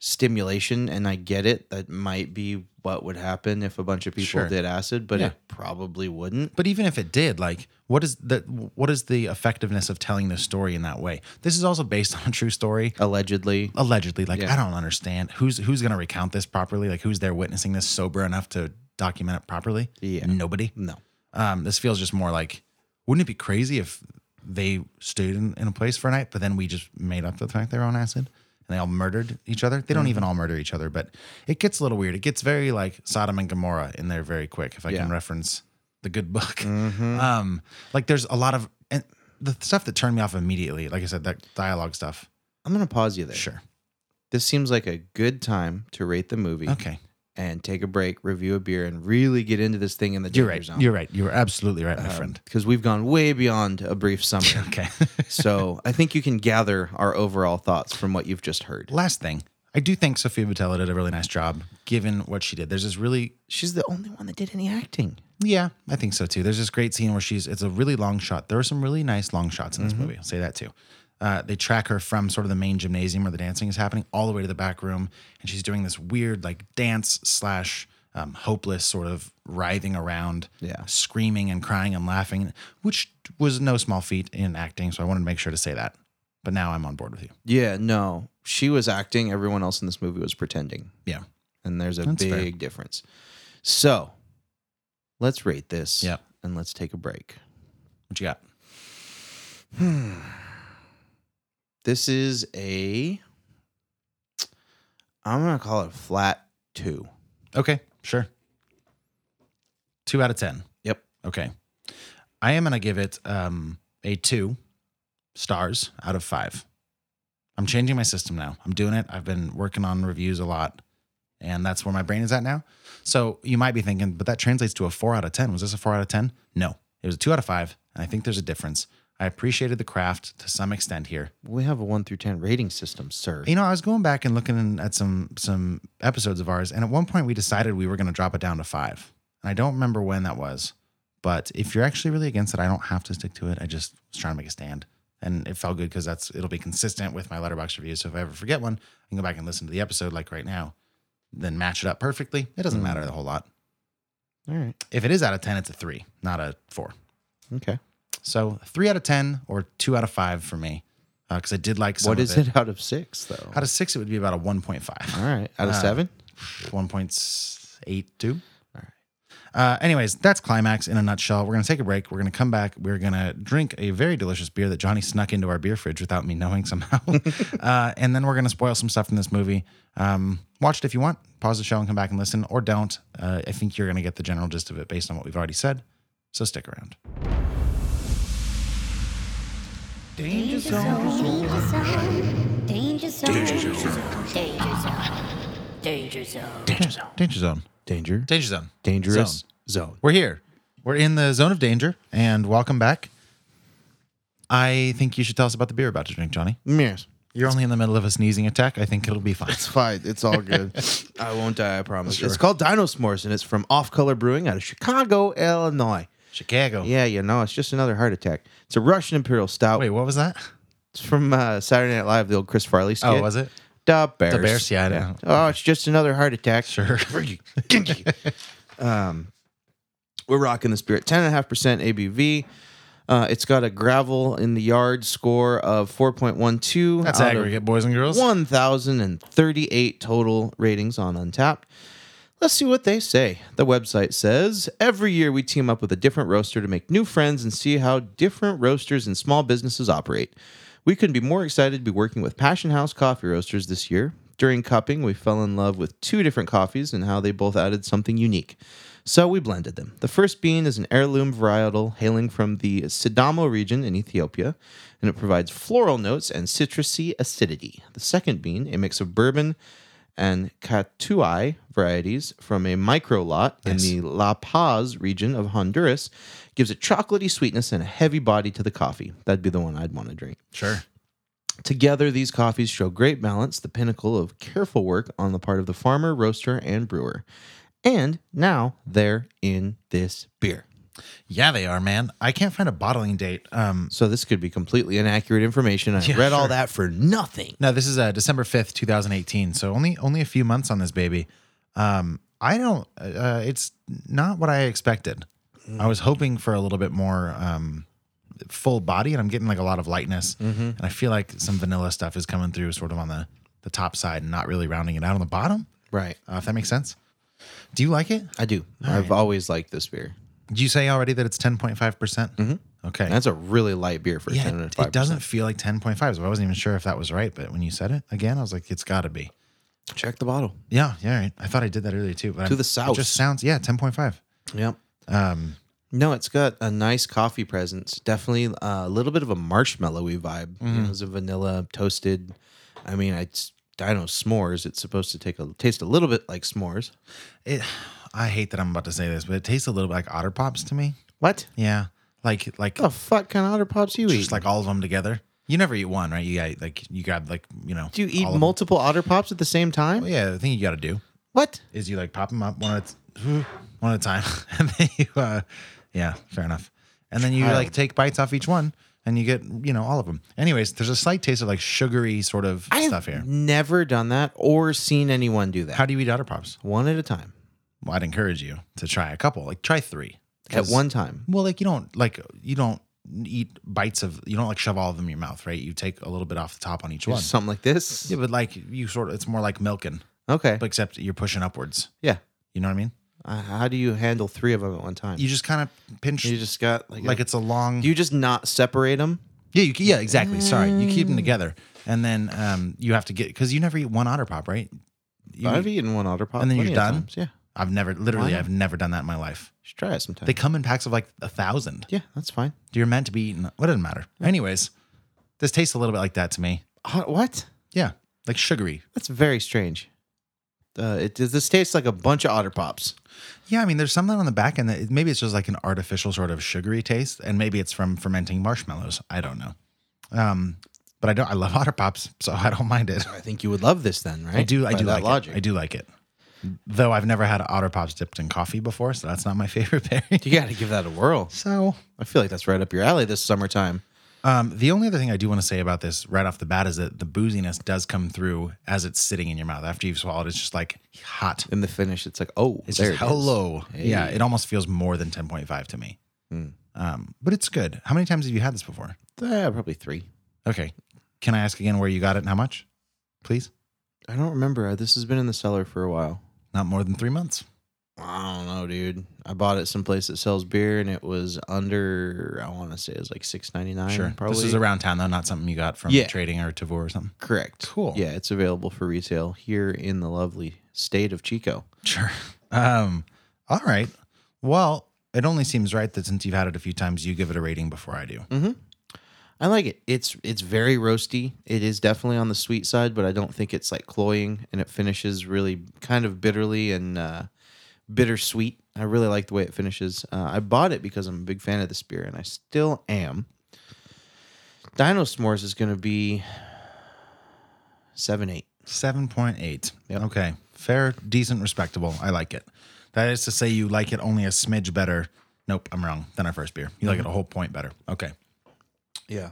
stimulation and i get it that might be what would happen if a bunch of people
Sure.
did acid but
Yeah.
it probably wouldn't
But even if it did, like, what is the what is the effectiveness of telling this story in that way? This is also based on a true story.
allegedly
allegedly like
Yeah.
i don't understand who's who's going to recount this properly like who's there witnessing this sober enough to document it properly
Yeah.
nobody
No.
um this feels just more like wouldn't it be crazy if they stayed in, in a place for a night but then we just made up the fact they were on acid and and they all murdered each other.
Mm-hmm.
They don't even all murder each other, but it gets a little weird. It gets very like Sodom and Gomorrah in there very quick, if I
Yeah. Mm-hmm.
can reference the good book. Um, like there's a lot of and the stuff that turned me off immediately, like I said, that dialogue stuff.
I'm gonna pause you there.
Sure.
This seems like a good time to rate the movie.
Okay.
And take a break, review a beer, and really get into this thing in the
You're
danger
right.
zone.
You're right. You're absolutely right, my
Um,
friend.
Because we've gone way beyond a brief summary.
Okay.
so I think you can gather our overall thoughts from what you've just heard.
Last thing, I do think Sophia Boutella did a really nice job given what she did. There's this really
She's the only one that did any acting.
Yeah, I think so too. There's this great scene where she's, it's a really long shot. There are some really nice long shots in this movie. I'll say that too. Uh, they track her from sort of the main gymnasium where the dancing is happening all the way to the back room. And she's doing this weird, like, dance slash um, hopeless sort of writhing around,
Yeah.
screaming and crying and laughing, which was no small feat in acting. So I wanted to make sure to say that. But now I'm on board with you.
Yeah, no. She was acting, everyone else in this movie was pretending.
Yeah.
And there's a
That's
big
fair.
difference. So let's rate this.
Yep.
And let's take a break.
What you got?
This is a I'm gonna call it a flat two.
Okay, sure. Two out of 10.
Yep.
Okay. I am going to give it um, a two stars out of five. I'm changing my system now. I'm doing it. I've been working on reviews a lot, and that's where my brain is at now. So you might be thinking, but that translates to a four out of 10. Was this a four out of 10? No, it was a two out of five. And I think there's a difference. I appreciated the craft to some extent here.
We have a one through ten rating system, sir.
You know, I was going back and looking at some some episodes of ours, and at one point we decided we were going to drop it down to five. And I don't remember when that was, but if you're actually really against it, I don't have to stick to it. I just was trying to make a stand, and it felt good because that's it'll be consistent with my letterbox reviews. So if I ever forget one, I can go back and listen to the episode like right now, then match it up perfectly. It doesn't matter a whole lot.
Hmm. All right.
If it is out of ten, it's a three, not a four.
Okay.
So three out of ten or two out of five for me, because I did like some
What
of
is it out of six though?
Out of six, it would be about a one point five.
All right. Out of seven?
1.82. Uh, anyways, that's climax in a nutshell. We're gonna take a break. We're gonna come back. We're gonna drink a very delicious beer that Johnny snuck into our beer fridge without me knowing somehow, uh, and then we're gonna spoil some stuff in this movie. Um, watch it if you want. Pause the show and come back and listen, or don't. Uh, I think you're gonna get the general gist of it based on what we've already said. So stick around.
Danger zone. Danger zone. Danger zone. Danger zone.
Danger
Danger zone.
zone. Danger zone.
Danger.
Danger zone.
Dangerous
Zone.
zone.
We're here. We're in the zone of danger, and welcome back. I think you should tell us about the beer we're about to drink, Johnny.
Yes.
You're only in the middle of a sneezing attack. I think it'll be fine.
It's fine. It's all good. I won't die, I promise. It's called Dino S'mores, and it's from Off Color Brewing out of Chicago, Illinois.
Chicago.
Yeah, you know, it's just another heart attack. It's a Russian Imperial Stout.
Wait, what was that?
It's from uh, Saturday Night Live, the old Chris Farley skit.
Oh, was it?
Da Bears.
Bears, yeah, I know.
Oh, it's just another heart attack. Sure. um, we're rocking the spirit. 10.5% ABV. Uh, it's got a gravel in the yard score of 4.12.
That's
out of
aggregate, boys and girls.
1,038 total ratings on Untapped. Let's see what they say. The website says every year we team up with a different roaster to make new friends and see how different roasters and small businesses operate. We couldn't be more excited to be working with Passion House Coffee Roasters this year. During cupping, we fell in love with two different coffees and how they both added something unique. So we blended them. The first bean is an heirloom varietal hailing from the Sidamo region in Ethiopia, and it provides floral notes and citrusy acidity. The second bean, a mix of bourbon and Catuai varieties from a micro lot in the La Paz region of Honduras, gives a chocolatey sweetness and a heavy body to the coffee. That'd be the one I'd want to drink.
Sure.
Together, these coffees show great balance, the pinnacle of careful work on the part of the farmer, roaster, and brewer. And now they're in this beer.
Yeah, they are, man. I can't find a bottling date. Um,
So this could be completely inaccurate information. I read all that for nothing.
no, this is uh, December fifth, two thousand eighteen. So only only a few months on this baby. Um, I don't. Uh, it's not what I expected.
Mm.
I was hoping for a little bit more um, full body, and I'm getting like a lot of lightness,
Mm-hmm.
and I feel like some vanilla stuff is coming through, sort of on the the top side, and not really rounding it out on the bottom.
Right.
Uh, if that makes sense. Do you like it?
I do. I've always liked this beer.
Did you say already that it's 10.5%? percent Okay.
Mm-hmm. That's a really light beer for
yeah,
ten
it,
and five.
it doesn't feel like 10.5. So I wasn't even sure if that was right. But when you said it again, I was like, it's got to be.
check the bottle.
Yeah. Yeah. Right. I thought I did that earlier too. But
To
I'm-
the
It
south.
just sounds, yeah, 10.5.
Yep.
Um,
No, it's got a nice coffee presence. Definitely uh, a little bit of a marshmallowy vibe. You
Mm-hmm.
know, it's a vanilla toasted. I mean, it's I know s'mores. It's supposed to take a taste a little bit like s'mores.
it, I hate that I'm about to say this, but it tastes a little bit like Otter Pops to me.
What
Yeah. Like, like,
the fuck kind of otter pops you eat?
just like all of them together. You never eat one, right? You got like, you got like, you know,
do you eat
all of them.
multiple otter pops at the same time?
Yeah. The thing you got to do
What?
is you like pop them up one at one at a time, and then you, uh, yeah, fair enough. And then you like take bites off each one, and you get you know all of them. Anyways, there's a slight taste of like sugary sort of
I have
stuff here.
Never done that or seen anyone do that.
How do you eat otter pops?
one at a time.
Well, I'd encourage you to try a couple. Like try three
At
'Cause-
one time.
Well, like you don't like you don't eat bites of you don't like shove all of them in your mouth, right? You take a little bit off the top on each one.
Just something like this.
yeah, but like you sort of it's more like milking,
Okay.
but except you're pushing upwards.
yeah.
You know what I mean?
Uh, how do you handle three of them at one time?
You just kind of pinch
You just got like,
like
a,
it's a long.
do you just not separate them?
Yeah, you, yeah, exactly. Sorry, you keep them together, and then um, you have to get because you never eat one otter pop, right? You
I've
eat-
eaten one otter pop.
and then you're
plenty of
done?
times. Yeah, you
I've never, literally,
Why?
I've never done that in my life.
should try it sometime.
They come in packs of like a thousand.
yeah, that's fine.
You're meant to be eaten. What doesn't matter. Anyways, this tastes a little bit like that to me.
Hot, what?
Yeah, like sugary.
That's very strange. Uh, it does. This tastes like a bunch of otter pops.
Yeah, I mean, there's something on the back end that maybe it's just like an artificial sort of sugary taste, and maybe it's from fermenting marshmallows. I don't know. Um, but I don't. I love otter pops, so I don't mind it.
I think you would love this then, right?
I do. I
By
do
that
like
logic.
it. I do like it. Though I've never had Otter Pops dipped in coffee before, so that's not my favorite berry.
You got to give that a whirl.
So,
I feel like that's right up your alley this summertime.
um, the only other thing I do want to say about this right off the bat is that the booziness does come through as it's sitting in your mouth after you've swallowed. It's just like hot.
In the finish, it's like, oh,
It's
there
just
it is.
hello.
Hey. Hmm.
Yeah, it almost feels more than ten point five to me. Um, but it's good. How many times have you had this before?
Ah, probably three.
Okay, can I ask again where you got it and how much, please?
I don't remember. This has been in the cellar for a while.
Not more than three months.
I don't know, dude. I bought it someplace that sells beer, and it was under. I want to say it was like six ninety nine.
Sure.
probably.
This is around town though, not something you got from
Yeah.
trading or Tavor or something.
correct.
Cool.
Yeah, it's available for retail here in the lovely state of Chico.
Sure. Um, all right. Well, it only seems right that since you've had it a few times, you give it a rating before I do.
I like it. It's it's very roasty. It is definitely on the sweet side, but I don't think it's like cloying, and it finishes really kind of bitterly and uh, bittersweet. I really like the way it finishes. Uh, I bought it because I'm a big fan of this beer, and I still am. Dino S'mores is going to be seven eight.
7.8.
Yep.
Okay. Fair, decent, respectable. I like it. That is to say, you like it only a smidge better. Nope, I'm wrong. Than our first beer. You like it a whole point better. Okay.
Mm-hmm. Yeah.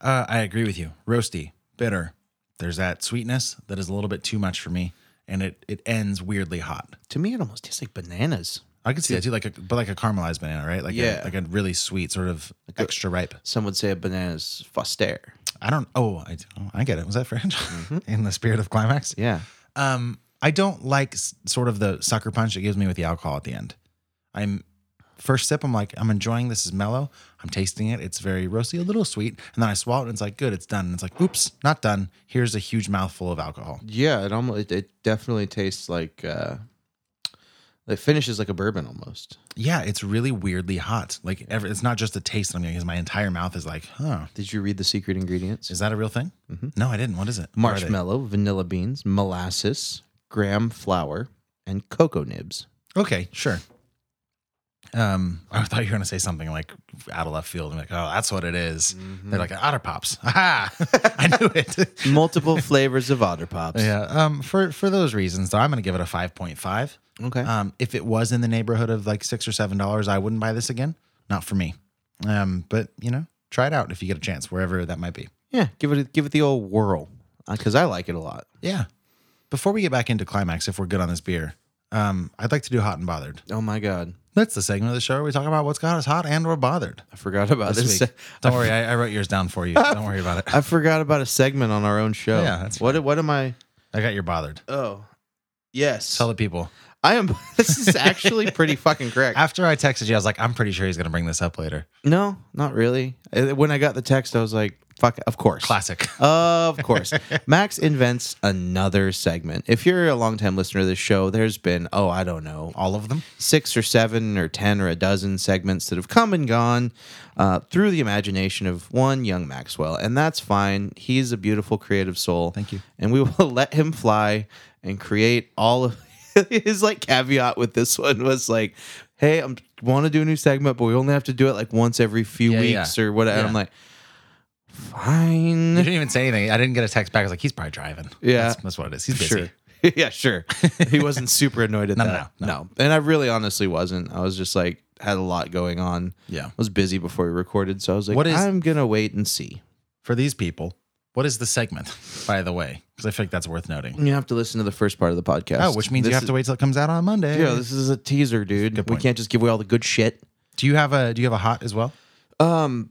Uh, I agree with you. Roasty, bitter. There's that sweetness that is a little bit too much for me, and it it ends weirdly hot.
To me, it almost tastes like bananas.
I could see that too, like a, but like a caramelized banana, right? Like
Yeah.
a, like a really sweet sort of extra ripe.
Some would say a banana's foster.
I don't. Oh, I, oh, I get it. Was that French?
Mm-hmm.
In the spirit of climax.
Yeah.
Um, I don't like s- sort of the sucker punch it gives me with the alcohol at the end. I'm first sip. I'm like, I'm enjoying this. Is mellow. I'm tasting it. It's very roasty, a little sweet, and then I swallow it. and It's like good. It's done. And it's like, oops, not done. Here's a huge mouthful of alcohol.
Yeah, it almost it, it definitely tastes like uh it finishes like a bourbon almost.
Yeah, it's really weirdly hot. Like, every, it's not just the taste that I'm getting. 'cause My entire mouth is like, huh.
Did you read the secret ingredients?
Is that a real thing? No, I didn't. What is it? What are they?
Marshmallow, vanilla beans, molasses, graham flour, and cocoa nibs.
Okay, sure. Um, I thought you were gonna say something like out of left field. I'm like, oh, that's what it is. They're like otter pops. Aha! I knew it.
Multiple flavors of otter pops.
yeah. Um, for for those reasons, though, I'm gonna give it a five point five.
Okay.
Um, if it was in the neighborhood of like six or seven dollars, I wouldn't buy this again. Not for me. Um, but you know, try it out if you get a chance, wherever that might be.
yeah, give it a- give it the old whirl because I like it a lot.
Yeah. Before we get back into climax, if we're good on this beer, um, I'd like to do hot and bothered.
Oh my god,
That's the segment of the show where we talk about what's got us hot and or bothered.
I forgot about
this
this.
week. Don't worry, I, I wrote yours down for you. Don't worry about it.
I forgot about a segment on our own show.
Yeah, that's
what what am I?
I got your bothered.
Oh, yes.
Tell the people.
I am. This is actually pretty fucking correct.
After I texted you, I was like, I'm pretty sure he's going to bring this up later.
No, not really. Uh, When I got the text, I was like, fuck, of course.
Classic.
Uh, Of course. Max invents another segment. If you're a longtime listener to this show, there's been, oh, I don't know,
All of them.
six or seven or ten or a dozen segments that have come and gone uh, through the imagination of one young Maxwell, and that's fine. He's a beautiful creative soul.
Thank you.
And we will let him fly and create all of his like caveat with this one was like, "Hey, I'm want to do a new segment, but we only have to do it like once every few
Yeah,
weeks
yeah.
or whatever."
Yeah.
I'm like,
You
fine.
didn't even say anything. I didn't get a text back. I was like, he's probably driving.
Yeah.
That's, that's what it is. He's busy.
Sure. yeah, sure. He wasn't super annoyed at
No, no,
that.
no, no.
And I really honestly wasn't. I was just like had a lot going on.
Yeah.
I was busy before we recorded, so I was like,
What is-
I'm gonna wait and see.
For these people, what is the segment, by the way? Because I think that's worth noting.
You have to listen to the first part of the podcast.
Oh, which means
This
you have
is-
to wait till it comes out on Monday.
Yeah, this is a teaser, dude.
Good
We
point.
can't just give away all the good shit.
do you have a do you have a hot as well?
Um,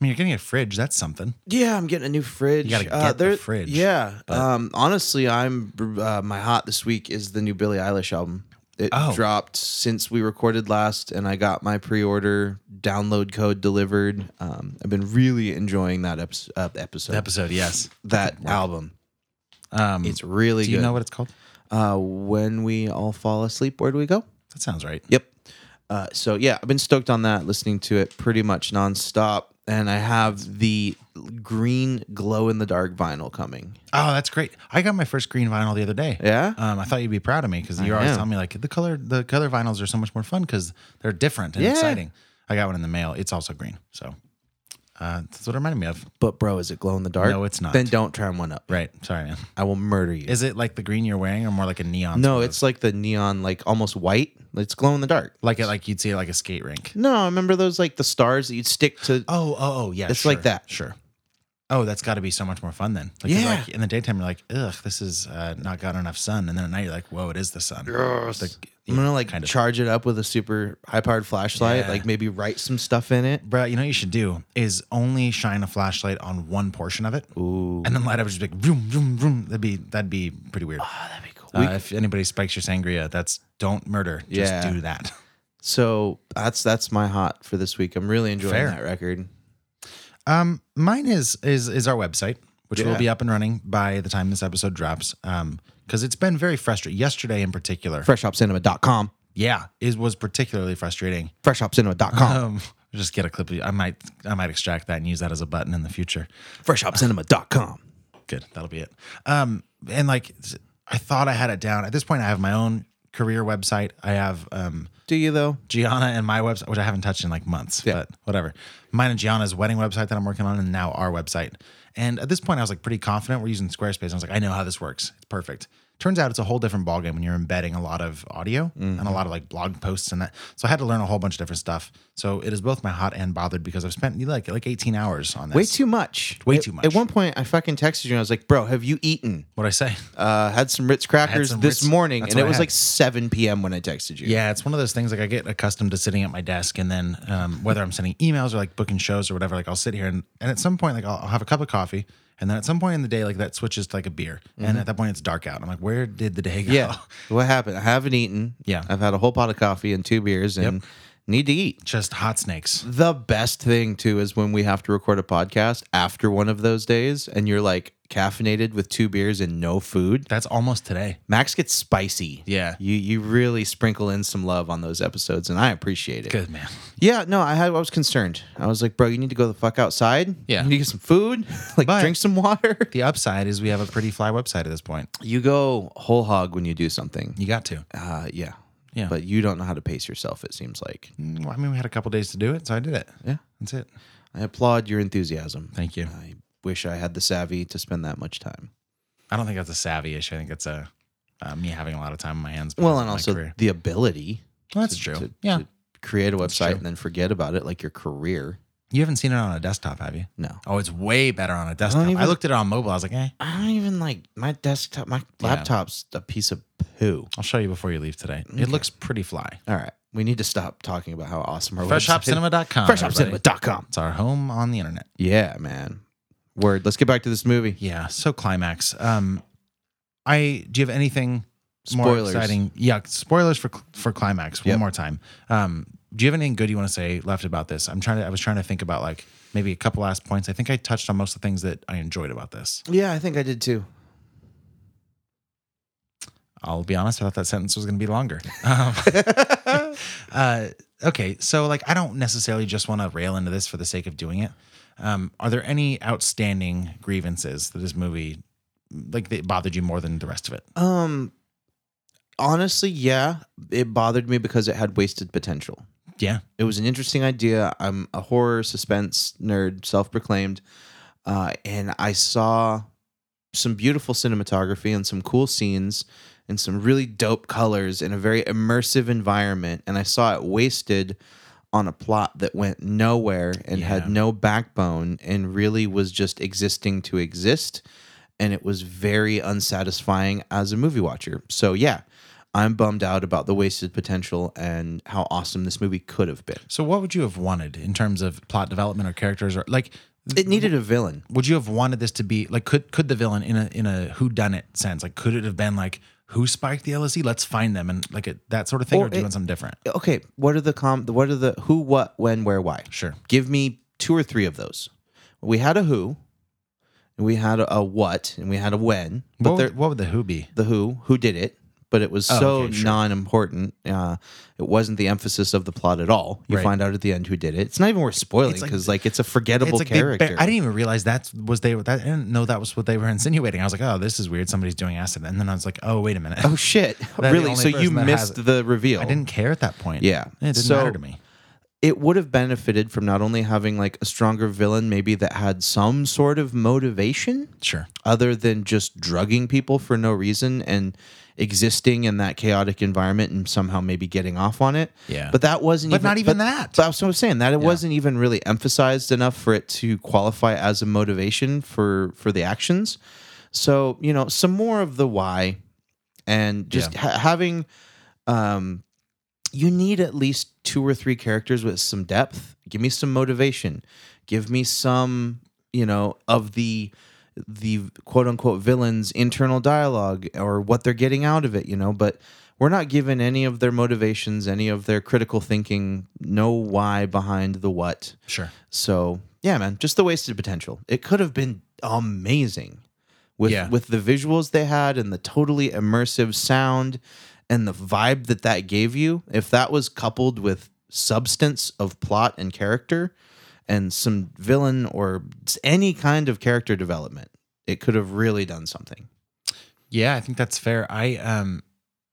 I mean, you're getting a fridge. That's something.
Yeah, I'm getting a new fridge.
You gotta
Uh,
get the
there-
fridge,
Yeah.
but-
Um, honestly, I'm uh, my hot this week is the new Billie Eilish album. It
Oh.
dropped since we recorded last, and I got my pre-order download code delivered. Um, I've been really enjoying that episode. Uh, episode,
The episode, yes.
that album.
Um,
It's really
do you
good.
know what it's called?
uh, when we all fall asleep, where do we go?
That sounds right.
Yep. Uh, so yeah, I've been stoked on that. Listening to it pretty much nonstop, and I have the green glow in the dark vinyl coming.
Oh, that's great. I got my first green vinyl the other day.
Yeah?
Um, I thought you'd be proud of me because you're always
am.
telling me like the color the color vinyls are so much more fun because they're different and
Yeah.
exciting. I got one in the mail. It's also green. So uh, that's what it reminded me of.
But bro, is it glow in the dark?
No, it's not.
Then don't try one up.
Right. Sorry, man.
I will murder you.
Is it like the green you're wearing or more like a neon?
no,
sort of-
it's like the neon, like almost white. It's glow in the dark.
like it like you'd see at, like a skate rink.
No, I remember those like the stars that you'd stick to.
Oh, oh, oh, yeah.
It's like
sure,
that.
Sure. Oh, that's got to be so much more fun then. Like, 'cause,
Yeah.
Like, in the daytime, you're like, ugh, this is uh, not got enough sun, and then at night you're like, whoa, it is the sun. Like,
I'm gonna like
kind of.
charge it up with a super high powered flashlight.
Yeah.
Like maybe write some stuff in it.
Bruh, you know what you should do is only shine a flashlight on one portion of it, Ooh. and then light up just be like vroom vroom vroom. That'd be that'd be pretty weird. Oh, that'd be cool. if anybody spikes your sangria, that's don't murder. Just
Yeah.
do that.
So that's that's my hot for this week. I'm really enjoying
Fair.
that record.
Um, mine is is is our website, which will
Yeah.
be up and running by the time this episode drops. Um, because it's been very frustrating. Yesterday in particular,
Freshhopcinema.com.
yeah, it was particularly frustrating.
Freshhopcinema.com.
Um, just get a clip. Of, I might I might extract that and use that as a button in the future.
Freshhopcinema.com.
good that'll be it um and like i thought i had it down at this point i have my own career website i have um
Do you though?
gianna and my website which i haven't touched in like months
Yeah.
but whatever mine and gianna's wedding website that i'm working on and now our website and at this point i was like pretty confident we're using squarespace i was like i know how this works it's perfect turns out it's a whole different ballgame when you're embedding a lot of audio and a lot of like blog posts and that so i had to learn a whole bunch of different stuff so it is both my hot and bothered because i've spent like like 18 hours on this
Way too much.
Way
At-
too much.
At one point, I fucking texted you and I was like, "Bro, have you eaten?"
what i say
uh, had some Ritz crackers
some
this
Ritz-
morning,
that's
and
what
it
I
was
had.
like 7 p.m. when I texted you.
Yeah, it's one of those things like I get accustomed to sitting at my desk and then um, whether I'm sending emails or like booking shows or whatever, like I'll sit here and, and at some point like I'll, I'll have a cup of coffee and then at some point in the day like that switches to like a beer and at that point it's dark out. I'm like, where did the day go?
Mm-hmm. yeah. What happened? I haven't eaten.
Yeah.
I've had a whole pot of coffee and two beers, and need to eat.
Just hot snakes.
The best thing too is when we have to record a podcast after one of those days, and you're like caffeinated with two beers and no food.
That's almost today.
Max gets spicy.
Yeah.
you you really sprinkle in some love on those episodes, and I appreciate it.
Good man.
Yeah, no, I had. I was concerned. I was like, bro, you need to go the fuck outside.
Yeah.
you need to get some food. Like,
But-
drink some water.
The upside is we have a pretty fly website at this point.
You go whole hog when you do something.
You got to.
Uh, yeah.
Yeah. Mm.
But you don't know how to pace yourself, it seems like.
Well, I mean, we had a couple days to do it, so I did it.
Yeah.
That's it.
I applaud your enthusiasm.
Thank you.
I wish I had the savvy to spend that much time.
I don't think that's a savvy issue. I think it's a uh, me having a lot of time on my hands. because
Well,
of
and
my
also
career.
the ability.
Well, that's
to-
true.
to-
yeah.
to create a website
true.
and then forget about it, like your career.
You haven't seen it on a desktop, have you?
No.
Oh, it's way better on a desktop. I,
even-
looked at it on mobile. I was like, eh,
I don't even like my desktop, my laptop's a piece of poo.
I'll show you before you leave today. It looks pretty fly.
All right. We need to stop talking about how awesome our website
FreshHopCinema.com. everybody.
FreshHopCinema.com.
It's our home on the internet.
Yeah, man. Word. Let's get back to this movie.
Yeah. So climax. Um, I do you have anything more
Spoilers.
exciting. Yeah, spoilers for for climax. One
Yep.
more time. Um, do you have anything good you want to say left about this? I'm trying to. I was trying to think about like maybe a couple last points. I think I touched on most of the things that I enjoyed about this.
Yeah, I think I did too.
I'll be honest, I thought that sentence was going to be longer. Um, uh, okay, so like I don't necessarily just want to rail into this for the sake of doing it. Um, are there any outstanding grievances that this movie like that bothered you more than the rest of it?
Um, honestly, yeah, it bothered me because it had wasted potential.
Yeah,
It was an interesting idea. I'm a horror suspense nerd, self proclaimed. Uh, and I saw some beautiful cinematography and some cool scenes and some really dope colors in a very immersive environment. And I saw it wasted on a plot that went nowhere and had
Yeah.
no backbone and really was just existing to exist. And it was very unsatisfying as a movie watcher. So, yeah. I'm bummed out about the wasted potential and how awesome this movie could have been.
So what would you have wanted in terms of plot development or characters or like
It needed a villain.
would you have wanted this to be like could could the villain in a in a who done it sense like could it have been like who spiked the LSD? Let's find them and like it, that sort of thing, or,
Or
doing
it-
something different.
Okay, what are the com? What are the who, what, when, where, why?
Sure.
Give me two or three of those. We had a who, and we had a, what, and we had a when. But
What
there,
would, what would the who be?
the who, who did it, but it was
Oh,
so
okay, sure.
non-important. Uh, it wasn't the emphasis of the plot at all. You
Right.
find out at the end who did it. It's not even worth spoiling
It's like-
because like, it's a forgettable
It's like they
character.
ba- I didn't even realize that was they. That, I didn't know that was what they were insinuating. I was like, oh, this is weird. Somebody's doing acid, and then I was like, oh, wait a minute.
Oh shit!
the
really?
only
So you
person that has
missed
it.
the reveal?
I didn't care at that point.
Yeah.
it didn't
So-
matter to me.
it would have benefited from not only having like a stronger villain maybe that had some sort of motivation
Sure.
other than just drugging people for no reason and existing in that chaotic environment and somehow maybe getting off on it.
Yeah.
But that wasn't
But not even that.
But that's what I was saying. That it wasn't even really emphasized enough for it to qualify as a motivation for for the actions. So, you know, some more of the why and just ha- having um you need at least two or three characters with some depth. Give me some motivation. Give me some, you know, of the the quote unquote villains internal dialogue or what they're getting out of it, you know, but we're not given any of their motivations, any of their critical thinking, no why behind the what.
Sure.
So, yeah, man, just the wasted potential. It could have been amazing with
Yeah.
with the visuals they had and the totally immersive sound and the vibe that that gave you. If that was coupled with substance of plot and character and some villain or s- any kind of character development, it could have really done something.
Yeah, I think that's fair. I um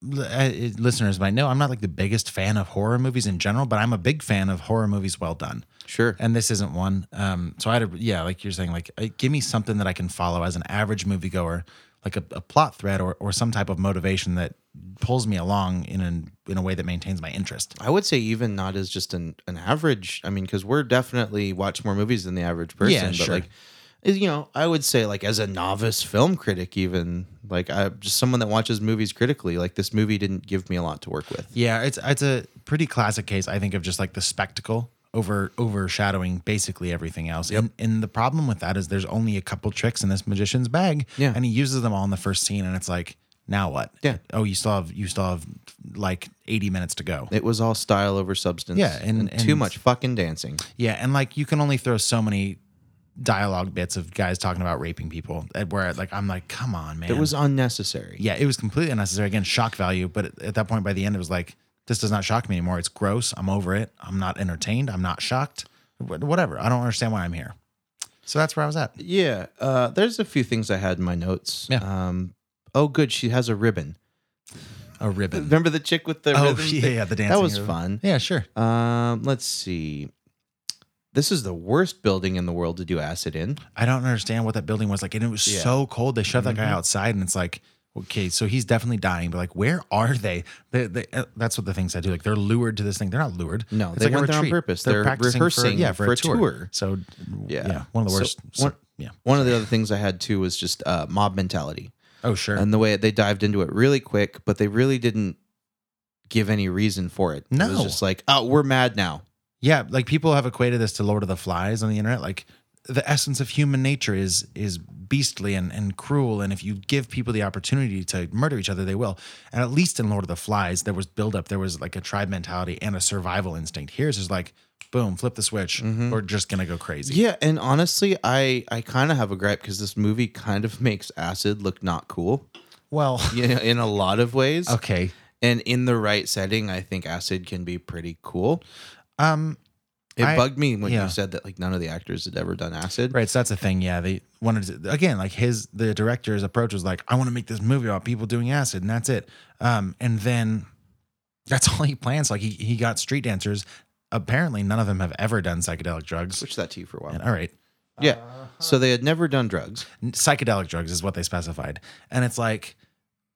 l- uh, listeners might know I'm not like the biggest fan of horror movies in general, but I'm a big fan of horror movies well done.
Sure.
And this isn't one. Um so I had a yeah, like you're saying like uh, give me something that I can follow as an average moviegoer, like a, a plot thread or or some type of motivation that pulls me along in an, in a way that maintains my interest.
I would say even not as just an, an average. I mean, because we're definitely watch more movies than the average person.
Yeah,
but
sure.
like eh, you know, I would say like as a novice film critic, even like I just someone that watches movies critically, like this movie didn't give me a lot to work with.
Yeah, it's it's a pretty classic case, I think, of just like the spectacle over overshadowing basically everything else. And and the problem with that is there's only a couple tricks in this magician's bag.
Yeah.
And he uses them all in the first scene and it's like, now what?
Yeah.
Oh, you still have you still have like 80 minutes to go.
It was all style over substance.
Yeah, and-
too
and-
much fucking dancing.
Yeah, and like you can only throw so many dialogue bits of guys talking about raping people at where like I'm like, come on, man.
It was unnecessary.
yeah, it was completely unnecessary. Again, shock value. But at, at that point, by the end, it was like, this does not shock me anymore. It's gross. I'm over it. I'm not entertained. I'm not shocked. Wh- Whatever. I don't understand why I'm here. So that's where I was at.
Yeah, uh, there's a few things I had in my notes.
Yeah.
Um, oh, good, she has a ribbon.
A ribbon.
Remember the chick with the
Oh,
ribbon?
yeah,
thing?
yeah, the
That
dancing
was
ribbon.
fun.
Yeah, sure.
Um, let's see. This is the worst building in the world to do acid in.
I don't understand what that building was like. And it was
Yeah. Mm-hmm.
so cold. They shoved that guy outside, and it's like, okay, so he's definitely dying. But like, where are they? they, they uh, that's what the things I do. Like, they're lured to this thing. They're not lured.
No,
It's
they
like a
went there on
retreat.
purpose. They're
practicing for-
rehearsing
yeah, for, a, tour. So,
Yeah.
yeah. one of the
So
worst. so-
one-
yeah.
One of the other things I had too was just uh, mob mentality
Oh, sure.
and the way they dived into it really quick, but they really didn't give any reason for it. It was
No.
just like, oh, we're mad now.
Yeah, like people have equated this to Lord of the Flies on the internet. Like the essence of human nature is is beastly and, and cruel and if you give people the opportunity to murder each other they will and at least in lord of the flies there was buildup there was like a tribe mentality and a survival instinct here's just like boom flip the switch we're just gonna go crazy
Yeah, and honestly, I I kind of have a gripe because this movie kind of makes acid look not cool.
well
Yeah, in a lot of ways.
okay
And in the right setting, I think acid can be pretty cool.
um
It
I-
bugged me when
yeah.
you said that like none of the actors had ever done acid.
Right, so that's the thing. Yeah, they wanted to, again, like his the director's approach was like, I want to make this movie about people doing acid, and that's it. Um, and then that's all he plans. Like he he got street dancers. Apparently, none of them have ever done psychedelic drugs.
Switch that to you for a while.
And, all right,
yeah. So they had never done drugs.
psychedelic drugs is what they specified, and it's like,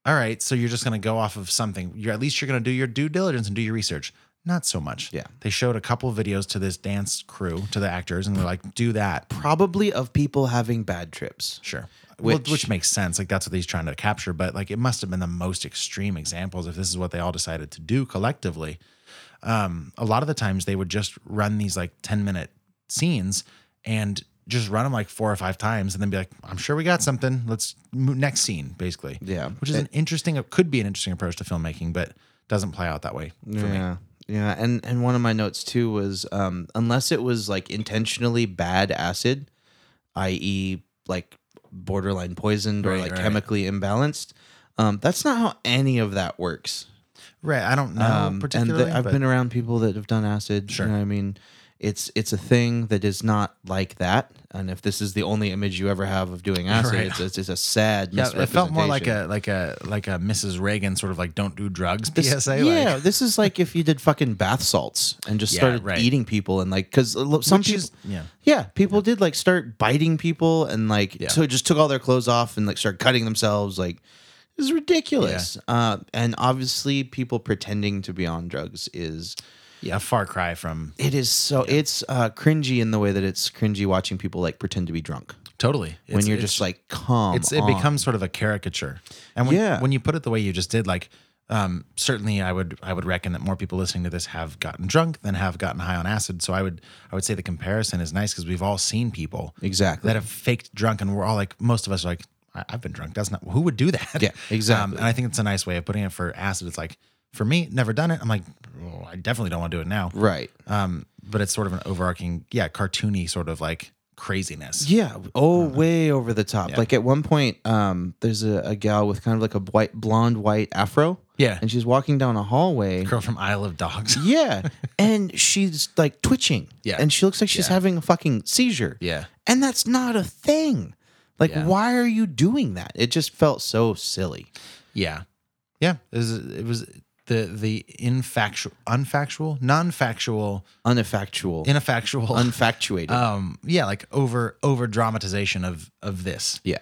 all right, so you're just gonna go off of something. You're at least you're gonna do your due diligence and do your research. Not so much.
Yeah.
they showed a couple videos to this dance crew to the actors, and they're like, do that.
Probably of people having bad trips.
Sure. Which,
Which-
well, which makes sense. Like that's what he's trying to capture. But like it must have been the most extreme examples if this is what they all decided to do collectively. Um, a lot of the times they would just run these like 10 minute scenes and just run them like four or five times and then be like, I'm sure we got something. Let's move next scene, basically.
Yeah.
Which is an interesting, it could be an interesting approach to filmmaking, but doesn't play out that way for me.
yeah. Yeah, and and one of my notes too was um, unless it was like intentionally bad acid, i.e., like borderline poisoned or
Right,
like
right.
chemically imbalanced. Um, that's not how any of that works.
Right. I don't know
Um, and
particularly.
the, I've
but-
been around people that have done acid.
Sure.
You know what I mean, it's it's a thing that is not like that. And if this is the only image you ever have of doing acid,
Right.
it's, it's it's a sad.
yeah, it felt more like
misrepresentation.
a like a like a Mrs. Reagan sort of like don't do drugs
This-
PSA.
yeah,
like,
this is like if you did fucking bath salts and just
Yeah,
started
right.
eating people and like because some
Which
people,
is- yeah.
yeah, people did like start biting people and like
Yeah.
so just took all their clothes off and like started cutting themselves. Like this is ridiculous. Uh, and obviously, people pretending to be on drugs is
Yeah, far cry from
it is so it's uh, cringy in the way that it's cringy watching people like pretend to be drunk
totally
when you're just like calm.
it's, it becomes sort of a caricature. And when,
Yeah.
when you put it the way you just did, like um, certainly I would I would reckon that more people listening to this have gotten drunk than have gotten high on acid. So I would I would say the comparison is nice because we've all seen people
Exactly.
that have faked drunk, and we're all like most of us are like I- I've been drunk. That's not who would do that. Um,
Yeah, exactly.
and I think it's a nice way of putting it for acid. It's like for me, never done it. I'm like oh, I definitely don't want to do it now.
right.
Um, but it's sort of an overarching, yeah, cartoony sort of like craziness.
Yeah. Oh,
Uh-huh.
way over the top. Like at one point, um, there's a, a gal with kind of like a white, blonde, white afro.
Yeah.
And she's walking down a hallway.
Girl from Isle of Dogs.
Yeah. and she's like twitching.
Yeah.
And she looks like she's
Yeah.
having a fucking seizure.
Yeah.
And that's not a thing. Like,
Yeah.
why are you doing that? It just felt so silly.
Yeah. Yeah. It was, it was the the infactual, unfactual, non-factual,
Uneffectual.
ineffectual,
unfactuated.
um, yeah, like over over dramatization of of this,
yeah.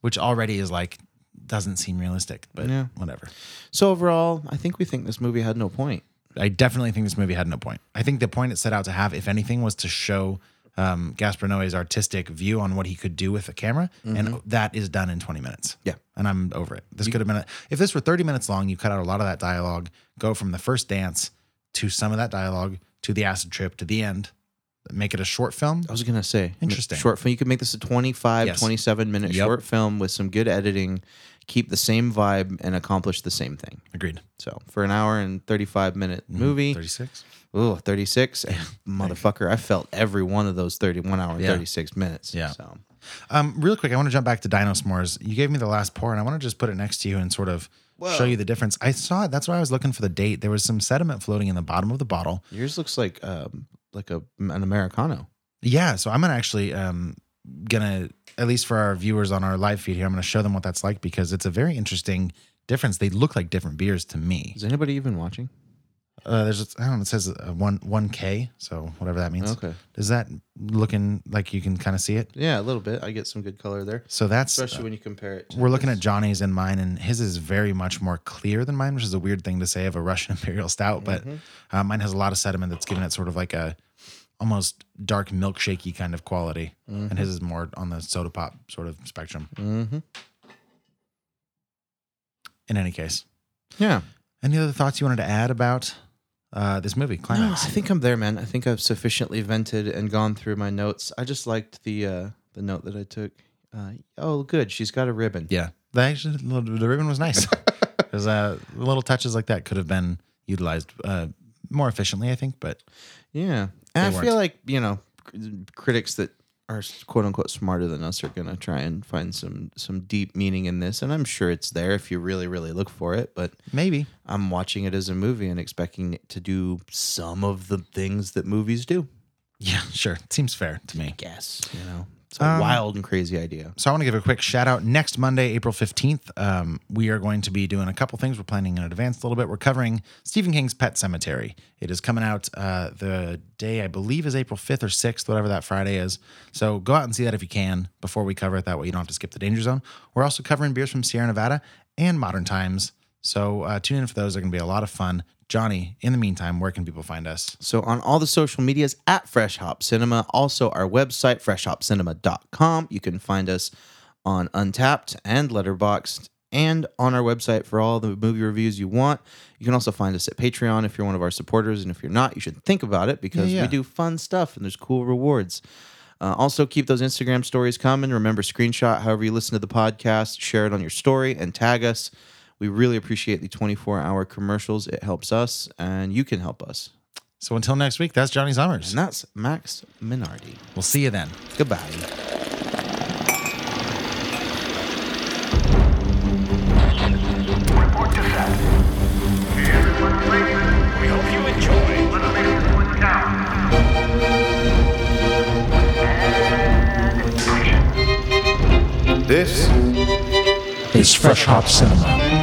which already is like doesn't seem realistic, but
Yeah.
whatever.
So overall, I think we think this movie had no point.
I definitely think this movie had no point. I think the point it set out to have, if anything, was to show um, Gaspar Noé's artistic view on what he could do with a camera, and that is done in 20 minutes.
Mm-hmm. Yeah.
and I'm over it. This could have been a, if this were 30 minutes long, you cut out a lot of that dialogue, go from the first dance to some of that dialogue to the acid trip to the end, make it a short film.
I was going to say.
Interesting.
Short film. You could make this a 25,
Yes.
27 minute
Yep.
short film with some good editing, keep the same vibe, and accomplish the same thing.
Agreed.
So for an hour and 35 minute
Mm-hmm.
movie,
36.
ooh, 36. eh, motherfucker, I felt every one of those 31 hour and
Yeah.
36 minutes.
Yeah.
So
Um, real quick, I want to jump back to Dino S'mores. You gave me the last pour, and I want to just put it next to you and sort of show you the difference. I saw it. That's why I was looking for the date. There was some sediment floating in the bottom of the bottle.
yours looks like um, like a, an Americano.
Yeah, so I'm gonna actually um gonna at least for our viewers on our live feed here, I'm gonna show them what that's like because it's a very interesting difference. They look like different beers to me.
Is anybody even watching?
Uh, there's I don't know. It says uh, one one k, so whatever that means.
Okay.
Is that looking like you can kind of see it?
Yeah, a little bit. I get some good color there,
So that's
especially when you compare it. To
we're looking at Johnny's and mine, and his is very much more clear than mine, which is a weird thing to say of a Russian Imperial Stout. But
Mm-hmm.
uh, mine has a lot of sediment that's giving it sort of like a almost dark milkshakey kind of quality, and his is more on the soda pop sort of spectrum.
Mm-hmm.
In any case,
Yeah.
any other thoughts you wanted to add about uh, this movie,
No,
Climax.
I think I'm there, man. I think I've sufficiently vented and gone through my notes. I just liked the uh, the note that I took. Uh, oh, good. She's got a ribbon.
Yeah, that actually the the ribbon was nice because uh, little touches like that could have been utilized uh, more efficiently, I think. But
Yeah. And I
They weren't.
feel like, you know, cr- critics that are quote unquote smarter than us are going to try and find some some deep meaning in this and I'm sure it's there if you really really look for it, but
maybe
I'm watching it as a movie and expecting it to do some of the things that movies do.
Yeah, sure. Seems fair to me.
Yes, you know. It's a
Um,
wild and crazy idea.
So I want to give a quick shout out. Next Monday, April 15th, um, we are going to be doing a couple things. We're planning in advance a little bit. We're covering Stephen King's Pet Cemetery. It is coming out uh, the day, I believe, is April 5th or 6th, whatever that Friday is. So go out and see that if you can before we cover it. That way you don't have to skip the danger zone. We're also covering beers from Sierra Nevada and Modern Times. So uh, tune in for those. They're going to be a lot of fun. Johnny, in the meantime, where can people find us?
So on all the social medias at Fresh Hop Cinema, also our website freshhopcinema.com. You can find us on Untapped and Letterboxd and on our website for all the movie reviews you want. You can also find us at Patreon if you're one of our supporters and if you're not, you should think about it because
Yeah, yeah.
we do fun stuff and there's cool rewards. Uh, also, keep those Instagram stories coming. Remember, screenshot however you listen to the podcast, share it on your story, and tag us. We really appreciate the 24 hour commercials. It helps us, and you can help us.
So until next week, that's Johnny Summers.
And that's Max Minardi.
We'll see you then.
Goodbye.
Report to set. Everyone please. We hope you enjoy. Little bit one down. And action.
This
is Fresh Hop Cinema.